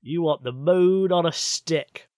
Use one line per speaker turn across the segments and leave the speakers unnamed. You want the moon on a stick.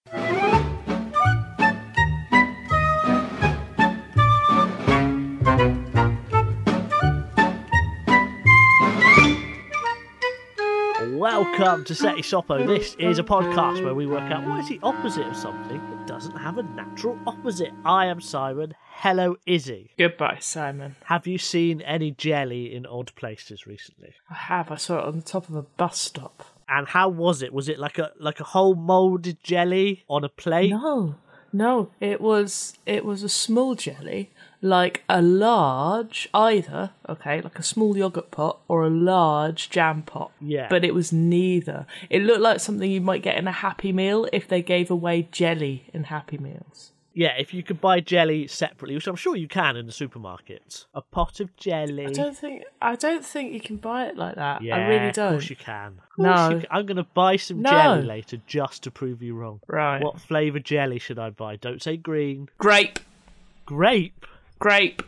Welcome to Seti Sopo. This is a podcast where we work out what is the opposite of something that doesn't have a natural opposite. I am Simon. Hello, Izzy.
Goodbye, Simon.
Have you seen any jelly in odd places recently?
I have. I saw it on the top of a bus stop.
And how was it? Was it like a like a whole molded jelly on a plate?
No, no. It was it was a small jelly, like a large either. Okay, like a small yogurt pot or a large jam pot.
Yeah.
But it was neither. It looked like something you might get in a Happy Meal if they gave away jelly in Happy Meals.
Yeah, if you could buy jelly separately, which I'm sure you can in the supermarkets. A pot of jelly.
I don't think I don't think you can buy it like that.
yeah,
I really
Of
don't.
course you can. Of
No.
course you can. I'm going to buy some
No.
jelly later just to prove you wrong.
Right.
What flavour jelly should I buy? Don't say green.
Grape,
Grape.
grape.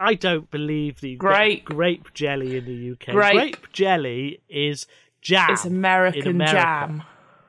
I don't believe the
Grape.
grape jelly in the UK.
Grape.
jelly is jam.
It's American
in America.
jam.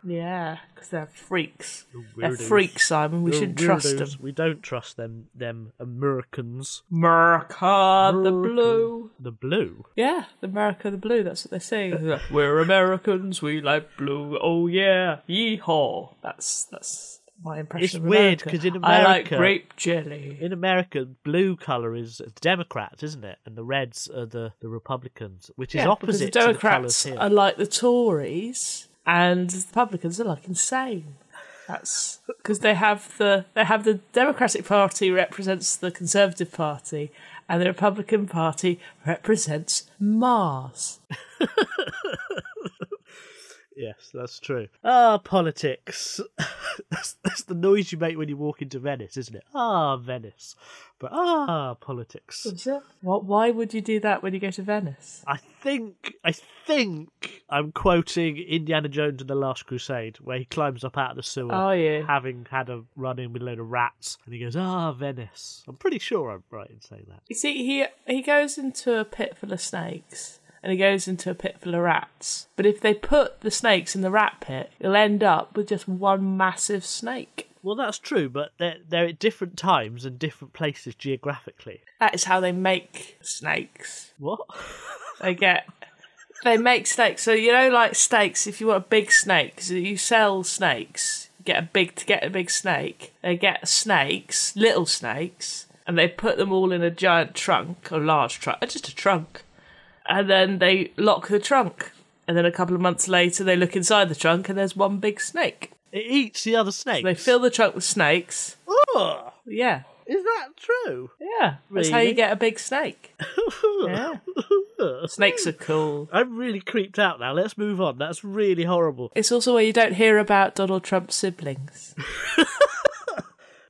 Yeah, because they're freaks. They're
weirdos.
freaks, Simon. We
They're
shouldn't trust them.
weirdos. We don't trust them. Them Americans.
America the blue.
The blue.
Yeah, the America the blue. That's what they sing. We're Americans. We like blue. Oh yeah, yeehaw. That's that's my impression.
It's
of
weird,
America.
'cause in
I like
America-
grape jelly.
In America, blue color is the Democrats, isn't it? And the reds are the, the Republicans, which is
Yeah, because
opposite to
the
the colors
Democrats
here.
are like the Tories, and the Republicans are like insane. That's because they have the they have the Democratic Party represents the Conservative Party, and the Republican Party represents Mars.
Yes, that's true. Ah, politics. that's, that's the noise you make when you walk into Venice, isn't it? Ah, Venice. But ah, politics.
What? Why would you do that when you go to Venice?
I think I think I'm quoting Indiana Jones and the Last Crusade, where he climbs up out of the sewer,
Are you?
having had a run in with a load of rats, and he goes, "Ah, Venice." I'm pretty sure I'm right in saying that.
You see, he he goes into a pit full of snakes and he goes into a pit full of rats. But if they put the snakes in the rat pit, you'll end up with just one massive snake.
Well, that's true, but they're they're at different times and different places geographically.
That is how they make snakes.
What?
They get they make snakes. So you know, like steaks. If you want a big snake, so you sell snakes. You get a big to get a big snake. They get snakes, little snakes, and they put them all in a giant trunk or large trunk, or just a trunk, and then they lock the trunk. And then a couple of months later, they look inside the trunk, and there's one big snake.
It eats the other snake.
They fill the trunk with snakes.
Ugh,
Yeah,
is that true?
yeah. That's how
Really?
you get a big snake. Yeah. Snakes are cool.
I'm really creeped out now. Let's move on. That's really horrible.
It's also where you don't hear about Donald Trump's siblings.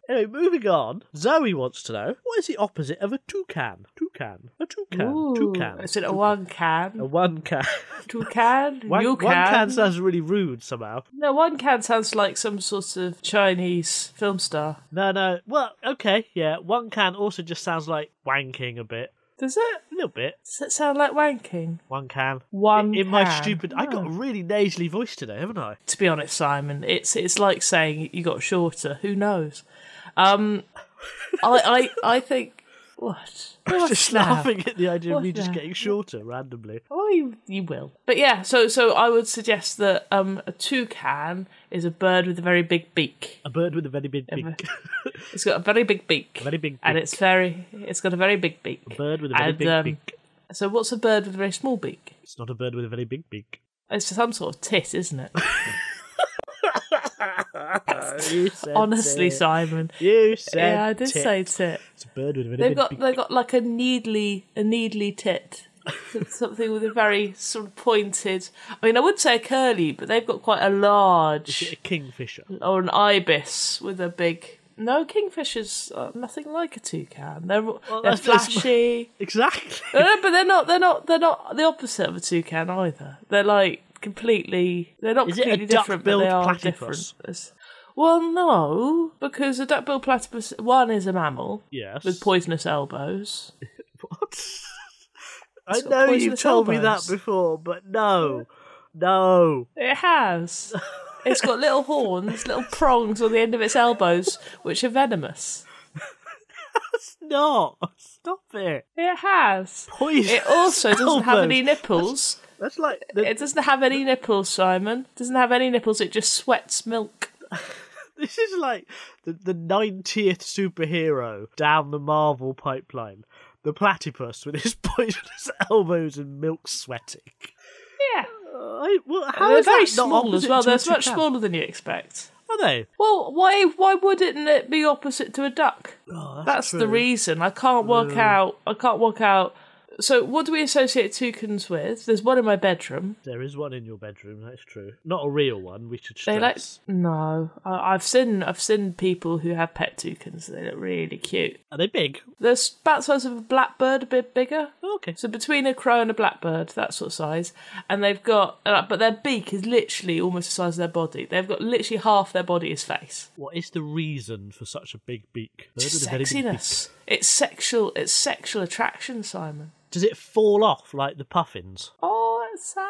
Anyway, moving on. Zoe wants to know what is the opposite of a toucan? Toucan. A toucan. toucan.
Is it a one can?
A one can.
two can?
One,
you
one can sounds really rude somehow.
No, one can sounds like some sort of Chinese film star.
No, no. Well, okay, yeah. One can also just sounds like wanking a bit.
Does it?
A little bit.
Does it sound like wanking?
One can.
One
In my
can. Oh.
stupid. I got a really nasally voice today, haven't I?
To be honest, Simon, it's it's like saying you got shorter. Who knows? Um, I I I think what?
I'm
What
just
now?
laughing at the idea of
What
me just
the-
getting shorter randomly.
Oh, you, you will. But yeah, so so I would suggest that um, a toucan is a bird with a very big beak.
A bird with a very big beak.
It's got a very big beak.
very big
And
beak.
it's very. It's got a very big beak.
A bird with a very
And,
big
um,
beak.
So what's a bird with a very small beak?
It's not a bird with a very big beak.
It's some sort of tit, isn't it?
You said
Honestly,
it.
Simon.
You said
Yeah, I did
tit.
say tit.
It's a bird with a very
They've
big
got
beak.
they've got like a needly a needly tit. Something with a very sort of pointed. I mean, I would say a curly, but they've got quite a large
A kingfisher.
or an ibis with a big. No, kingfishers are nothing like a toucan. They're they're
that's- that's-
flashy.
Exactly.
No, but they're not. They're not. They're not the opposite of a toucan either. They're like completely. They're not
Is it a
completely different, but they
duck-billed
are
platypus?
different. Well, no, because a duck-billed platypus one is a mammal
Yes.
with poisonous elbows.
What? I
got
know
poisonous
you've told me that
elbows.
before, but no. No.
It has. It's got little horns, little prongs on the end of its elbows, which are venomous.
It's not. Stop it.
It has.
Poison.
It also doesn't have
elbows.
any nipples.
That's like. The,
It doesn't have any nipples, Simon. Doesn't have any nipples. It just sweats milk.
this is like the, the 90th superhero down the Marvel pipeline. The platypus with his poisonous elbows and milk sweating. Uh,
Yeah.
I, well, how
They're
is
very
that not
small as
opposite
well.
to
They're
a
much
toucan?
smaller than you expect.
Are they?
Well, why why wouldn't it be opposite to a duck?
Oh,
That's the
true.
reason. I can't work out. I can't work out. So, what do we associate toucans with? There's one in my bedroom.
There is one in your bedroom. That's true. Not a real one. We should stress.
They like no. I, I've seen I've seen people who have pet toucans. They look really cute.
Are they big? Oh,
They're about the size of a blackbird, a bit bigger.
Okay.
So between a crow and a blackbird, that sort of size, and they've got, uh, but their beak is literally almost the size of their body. They've got literally half their body is face.
What is the reason for such a big beak? Bird with a very big beak.
Sexiness. It's sexual. It's sexual attraction, Simon.
Does it fall off like the puffins?
Oh, it's sad.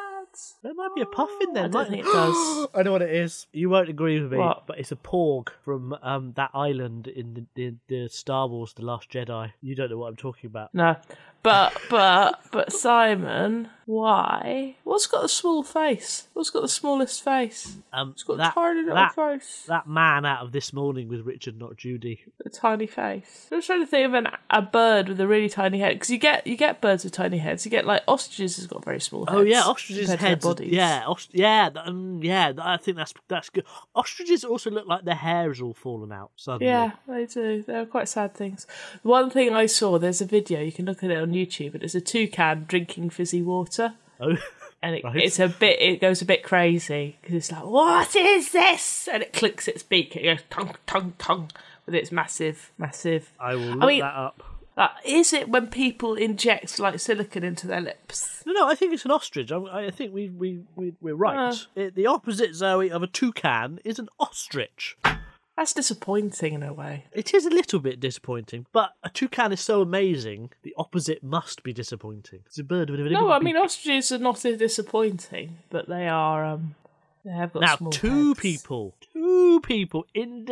There might be a puffin
I
there.
don't think it does.
I know what it is. You won't agree with me,
What?
but it's a porg from um, that island in the, the, the Star Wars: The Last Jedi. You don't know what I'm talking about.
No, but but but Simon, why? What's got a small face? What's got the smallest face?
Um,
It's got
that,
a tiny little
that,
face.
that man out of this morning with Richard, not Judy.
A tiny face. I'm trying to think of an, a bird with a really tiny head because you get you get birds with tiny heads. You get like ostriches has got very small heads.
Oh yeah, ostriches'
compared to their
heads. are-
bodies.
Yeah, ostr- yeah, th- um, yeah. th- I think that's that's good. Ostriches also look like their hair is all fallen out suddenly.
Yeah, they do. They're quite sad things. One thing I saw, there's a video, you can look at it on YouTube, and it's a toucan drinking fizzy water.
Oh,
and it,
Right.
it's a bit it goes a bit crazy because it's like what is this and it clicks its beak it goes tongue tongue tongue with its massive massive
I will look
mean-
that up.
like, is it when people inject like silicon into their lips
No, no, I think it's an ostrich. I, I think we we, we we're right.
Ah.
It- the opposite Zoe of a toucan is an ostrich.
that's disappointing in a way
It is a little bit disappointing, but a toucan is so amazing. The opposite must be disappointing. It's a bird with a
no i mean ostriches are not as disappointing but they are um they have got
Now,
small
two
heads.
people, two people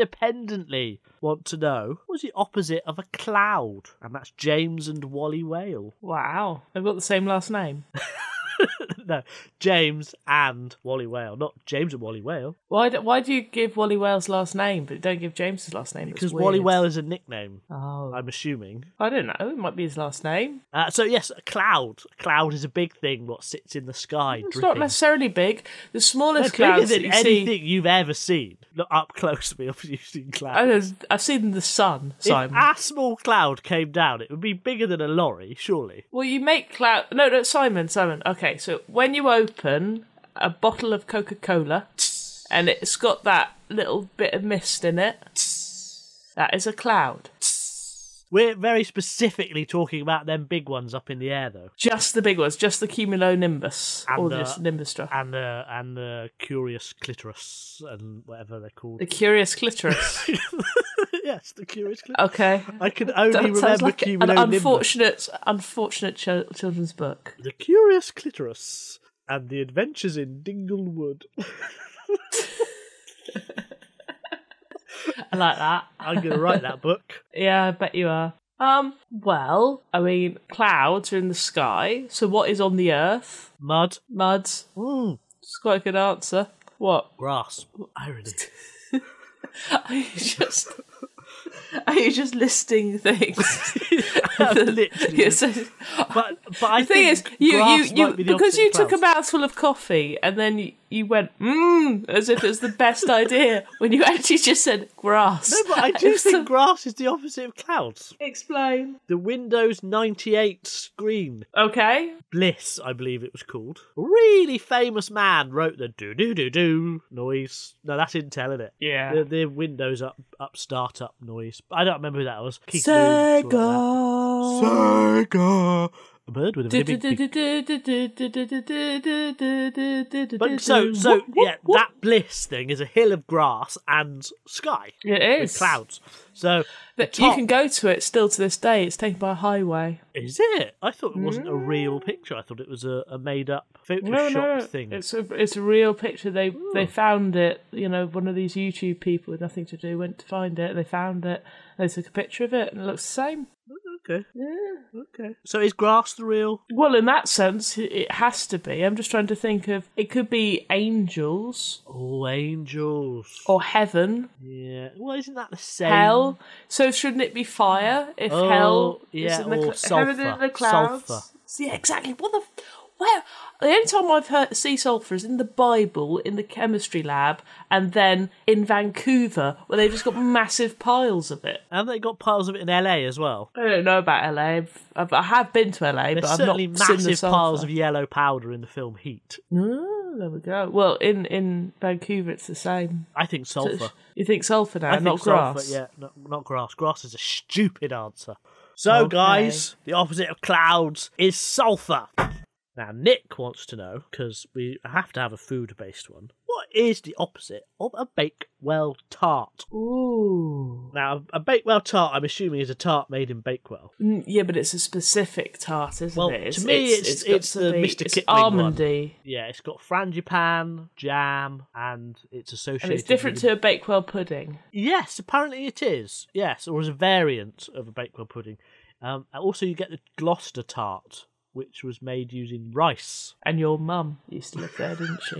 independently want to know what's the opposite of a cloud, and that's James and Wally Whale.
wow they've got the same last name
no, James and Wally Whale, not James and Wally Whale,
why do, why do you give wally whale's last name but don't give james's last name That's
because Wally
weird.
Whale is a nickname.
oh
I'm assuming.
i don't know it might be his last name
Uh, so yes, a cloud. A cloud is a big thing. What sits in the sky?
It's
dripping.
not necessarily big. The smallest
It's bigger
clouds that
than
you
anything
see.
you've ever seen. Not up close. We obviously seen clouds.
I don't, I've seen the sun, Simon.
If a small cloud came down, it would be bigger than a lorry, surely.
well, you make cloud. No, no, Simon, Simon. Okay, so when you open a bottle of Coca Cola and it's got that little bit of mist in it, that is a cloud.
We're very specifically talking about them big ones up in the air, though,
Just the big ones, just the cumulonimbus,
And,
or
uh,
just nimbus stuff.
and the and the curious clitoris and whatever they're called.
The curious clitoris.
yes, the curious clitoris.
Okay.
I can only
That sounds
remember
like an
cumulonimbus.
unfortunate, unfortunate chil- children's book.
The Curious Clitoris and the Adventures in Dinglewood.
I like that.
I'm going to write that book.
Yeah, I bet you are. Um, well, I mean, clouds are in the sky, so what is on the earth?
Mud.
Mud.
Mm,
It's quite a good answer. What?
grass. Irony.
Are you just Are you just listing things?
Literally.
Yeah, so- the
But, but I
thing
think
is, you you,
grass
you
might be the
because
opposite
you
of
took a
clouds.
mouthful of coffee and then you, you went mmm as if it was the best idea when you actually just said grass.
No, but I do
So-
think grass is the opposite of clouds.
explain.
The Windows 98 screen
Okay,
Bliss, I believe it was called. A really famous man wrote the do do do do noise. No, that's Intel, isn't it?
Yeah.
The, the Windows up up startup noise. I don't remember who that was. Keith Moon, something like that.
Sega.
Sega. a bird with a really big, big But
But
so so yeah, that bliss thing is a hill of grass and sky
it
with
is
clouds. So the
But you
top-
can go to it still to this day. It's taken by a highway.
Is it? I thought it wasn't a real picture. I thought it was a, a made up Photoshop thing.
Mm. It's a it's a real picture. They they found it. You know, one of these YouTube people with nothing to do went to find it. They found it. They took a picture of it, and it looks the same.
Okay. Yeah. Okay. So is grass the real?
Well, in that sense, it- it has to be. I'm just trying to think of it could be angels
Oh, angels.
or heaven,
Yeah. Well, isn't that the same?
Oh. hell. So shouldn't it be fire if
Oh,
hell
yeah,
is in the,
or
cl- heaven in
sulfur.
the clouds?
Sulfur.
See, exactly. What the f- where? The only time I've heard sea sulfur is in the Bible, in the chemistry lab, and then in Vancouver, where they've just got massive piles of it.
And they got piles of it in LA as well.
I don't know about LA. I've, I've, I have been to LA,
There's
but I've not
certainly
seen the
massive piles
sulfur.
of yellow powder in the film Heat.
Oh, there we go. Well, in, in Vancouver, it's the same.
I think sulfur.
You think sulfur now,
I
not
think
grass?
Sulfur, yeah, no, not grass. Grass is a stupid answer. So,
Okay.
guys, the opposite of clouds is sulfur. Now, Nick wants to know because we have to have a food-based one. What is the opposite of a Bakewell tart?
Ooh.
Now, a Bakewell tart, I'm assuming, is a tart made in Bakewell.
Mm, Yeah, but it's a specific tart, isn't
Well,
it?
to me, it's-
got
it's
to
the
be-
Mr.
It's
Kipling one.
almondy,
Yeah, it's got frangipan, jam, and it's associated.
and it's different
with-
to a Bakewell pudding.
Yes, apparently it is. Yes, or as a variant of a Bakewell pudding. Um, and also, you get the Gloucester tart, which was made using rice.
And your mum used to live there, didn't she?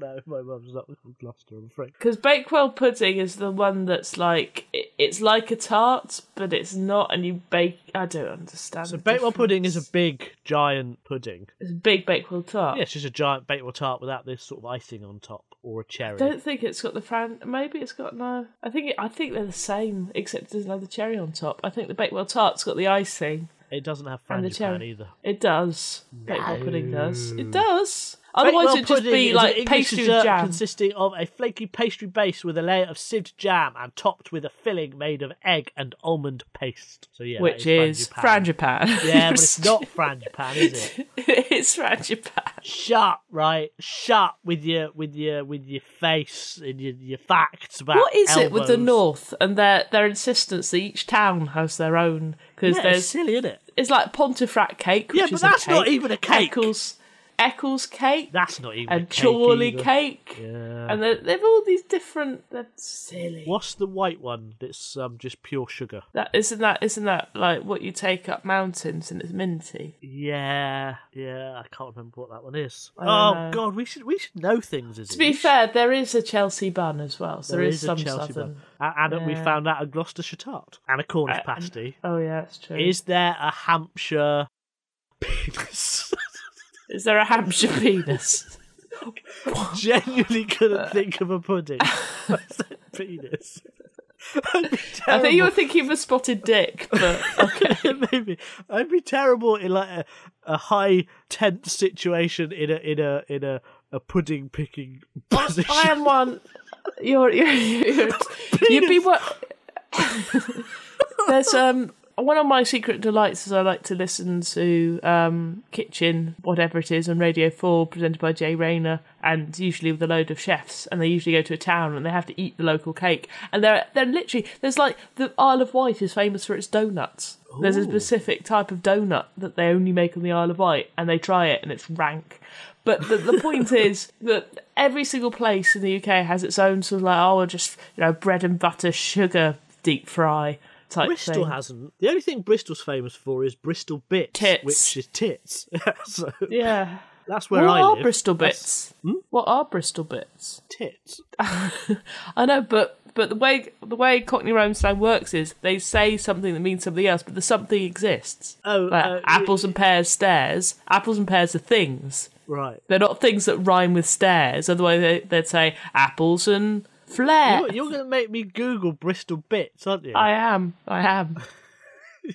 No, my mum's not from Gloucester, I'm afraid.
Because Bakewell pudding is the one that's like it, it's like a tart, but it's not, and you bake. I don't understand.
So,
the
Bakewell pudding is
difference.
a big, giant pudding.
it's a big Bakewell tart.
Yeah, it's just a giant Bakewell tart without this sort of icing on top or a cherry.
don't think it's got the fran. Maybe it's got no. I think it, I think they're the same, except it doesn't have the cherry on top. I think the Bakewell tart's got the icing.
It doesn't have
And the
frangipan
cherry.
either.
It does. Bakewell pudding does. It does. Otherwise,
Bakewell
it'd just
pudding
be
is uh, an
like
English
pastry
dessert
with jam.
consisting of a flaky pastry base with a layer of sieved jam and topped with a filling made of egg and almond paste. So yeah, that
Which is frangipan.
Yeah, but it's not frangipan, is it?
it's frangipan.
Shut right, shut with your with your with your face and your, your facts about
What is it with the
elbows.
north and their their insistence that each town has their own? Because
Yeah, it's
there's
silly, isn't it?
it's like Pontefract cake. Which
Yeah, but
is
that's
a cake.
not even a cake.
Eccles, Eccles cake
That's not even a
and
cake
Chorley
either.
cake,
Yeah.
and they're, they've all these different. They're silly.
What's the white one that's um, just pure sugar?
That isn't that isn't that like what you take up mountains and it's minty.
Yeah, yeah, I can't remember what that one is.
don't
Oh
know.
God, we should we should know things. As
Uh, To be fair, there is a Chelsea bun as well, so
there is,
some
a Chelsea
southern.
bun, and, and we
Yeah.
found out a Gloucestershire tart and a Cornish
Uh, and-
pasty.
Oh yeah, that's true. Is,
Is there a Hampshire penis?
there a Hampshire penis?
Genuinely couldn't think of a pudding. I said penis. I'd be
I think you
terrible.
were thinking of a spotted dick, but okay.
Maybe I'd be terrible in like a, a high tense situation in a in a in a, a pudding picking position.
I am one. You're you're, you're you'd be what? There's um one of my secret delights is I like to listen to um Kitchen whatever it is on Radio Four presented by Jay Rayner and usually with a load of chefs and they usually go to a town and they have to eat the local cake and they're they're literally there's like the Isle of Wight is famous for its donuts. There's a specific type of donut that they only make on the Isle of Wight and they try it and it's rank. But the, the point is that every single place in the UK has its own sort of like, oh, just, you know, bread and butter, sugar, deep fry type
Bristol
thing.
hasn't. The only thing Bristol's famous for is Bristol bits,
Tits.
which is tits. so
yeah.
that's where
what
I
are
live. Hmm?
Bristol bits? What are Bristol bits?
Tits.
I know, but but the way the way Cockney Rome slang works is they say something that means something else, but the something exists.
Oh,
Like,
uh,
apples and pears stairs. Apples and pears are things.
Right.
They're not things that rhyme with stairs. Otherwise, they, they'd say apples and flare.
You're, going to make me Google Bristol bits, aren't you?
I am. I am.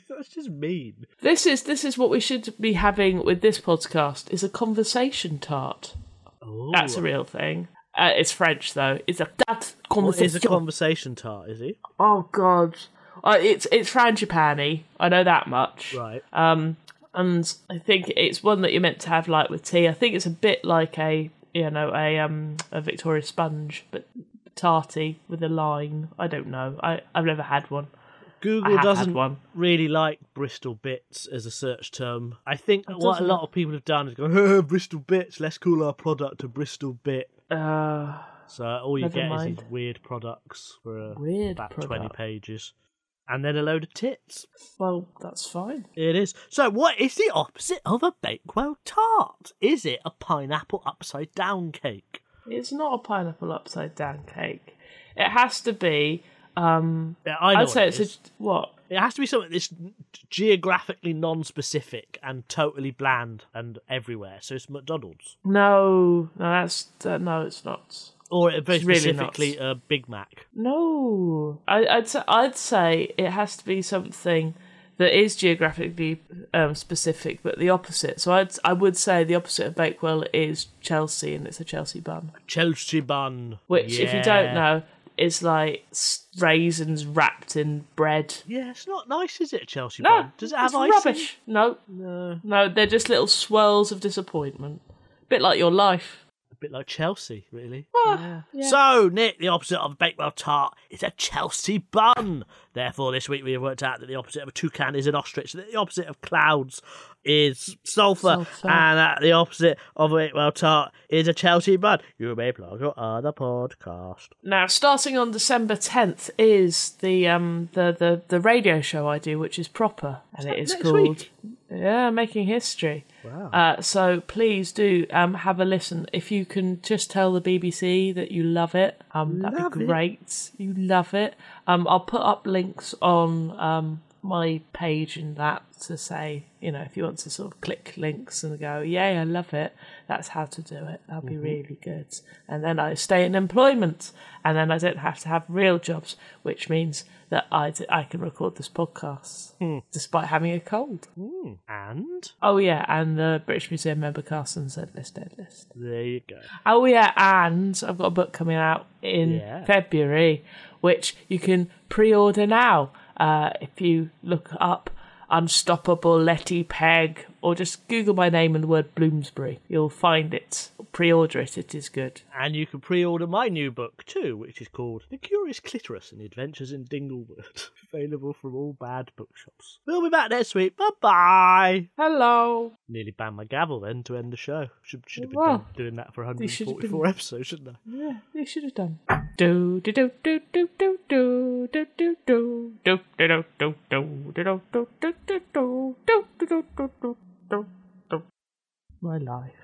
That's just mean.
This is this is what we should be having with this podcast is a conversation tart.
Oh,
That's a real thing. Uh, it's French though. It's a that
What is
conversation.
a conversation tart, is he?
oh god. Uh, it's it's frangipani. I know that much.
Right.
Um, and I think it's one that you're meant to have like with tea. I think it's a bit like a you know a um a Victoria sponge, but tarty with a lime. I don't know. I I've never had one.
Google
have had
doesn't
one.
really like Bristol bits as a search term. I think what a
doesn't
lot of people have done is go, "Huh, Bristol bits, let's call our product a Bristol bit.
Uh,
So all you
Never
get is
mind.
these weird products for uh,
Weird
about 20
product.
pages. And then a load of tits.
well, that's fine.
It is. So, what is the opposite of a Bakewell tart? Is it a pineapple upside down cake?
It's not a pineapple upside down cake. It has to be. Um,
Yeah, I know
I'd
what
say
it
it's
is.
a what
It has to be something that's geographically non-specific and totally bland and everywhere. So it's McDonald's,
No, no, that's uh, no, it's not.
or it- very
It's really
specifically a Big Mac.
No, I, I'd say, I'd say it has to be something that is geographically um, specific, but the opposite. So I'd I would say the opposite of Bakewell is Chelsea, and it's a Chelsea bun.
Chelsea bun,
Which, if you
Yeah.
don't know, is like s- raisins wrapped in bread.
yeah, it's not nice, is it? Chelsea
No,
bun. Does it have
Ah, it's
icing?
rubbish? No, no, no. They're just little swirls of disappointment, bit like your life.
A bit like Chelsea, really.
Ah, yeah.
So, Nick, the opposite of a Bakewell tart is a Chelsea bun. Therefore, this week we have worked out that the opposite of a toucan is an ostrich, that the opposite of clouds is sulphur,
Sulphur.
and that the opposite of a Bakewell tart is a Chelsea bun. You may plug your other podcast.
Now, starting on December tenth is the um the, the the radio show I do, which is proper, and it is
next
called
week?
yeah, making history.
Wow.
Uh, so please do um have a listen. If you can just tell the BBC that you love it, um that'd
Love
be
it.
great. You love it. Um, I'll put up links on um my page and that to say you know if you want to sort of click links and go yay I love it. That's how to do it. That'll
Mm-hmm.
be really good. And then I stay in employment, and then I don't have to have real jobs, which means that I d- I can record this podcast
Hmm.
despite having a cold.
And
Oh yeah, and the British Museum member Carson said list dead list.
there you go.
Oh yeah, and I've got a book coming out in
Yeah.
February, which you can pre-order now uh, if you look up Unstoppable Letty Peg or just Google my name and the word Bloomsbury. You'll find it. Pre-order it. It is good.
And you can pre order my new book too, which is called The Curious Clitoris and the Adventures in Dinglewood. Available from all bad bookshops. We'll be back next week. Bye bye.
Hello.
Nearly banned my gavel then to end the show. Should should have been
Well,
done, doing that for
you should have
144
been-
episodes, shouldn't I?
Yeah, you should have done. Do do do do do do do do do do do do do do do do do do do do do do do do do do. My life.